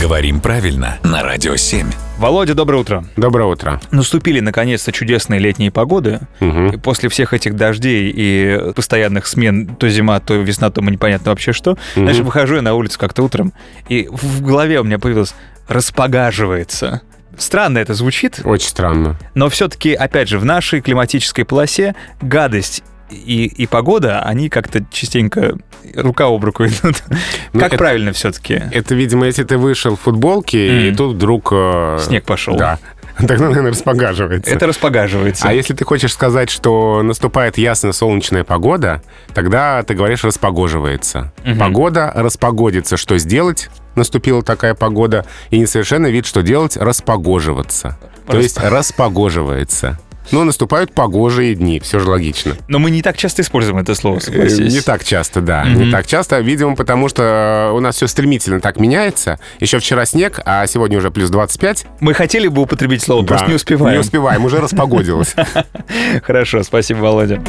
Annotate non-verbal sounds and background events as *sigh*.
Говорим правильно на Радио 7. Володя, доброе утро. Доброе утро. Наступили наконец-то чудесные летние погоды. И после всех этих дождей и постоянных смен, то зима, то весна, то непонятно вообще что. Знаешь, выхожу я на улицу как-то утром, и в голове у меня появилось «распогаживается». Странно это звучит, Очень странно. но все-таки, опять же, в нашей климатической полосе гадость и, и погода, они как-то частенько рука об руку идут. Ну, как это- правильно все-таки? Это, видимо, если ты вышел в футболке, Мгм. и тут вдруг... э, Снег пошел. Да. *laughs* Тогда, наверное, распогаживается. Это распогаживается. А если ты хочешь сказать, что наступает ясно солнечная погода, тогда ты говоришь «распогоживается». Мгм. Погода распогодится. Что сделать? Наступила такая погода. И несовершенно вид, что делать? Распогоживаться. То Расп- есть распогоживается. Но наступают погожие дни, все же логично. Но мы не так часто используем это слово, Э, согласись. Не так часто, да. Мгм. Не так часто, видимо, потому что э, у нас все стремительно так меняется. Еще вчера снег, а сегодня уже плюс 25. Мы хотели бы употребить слово, просто Да. не успеваем. Не успеваем, уже распогодилось. Хорошо, спасибо, Володя.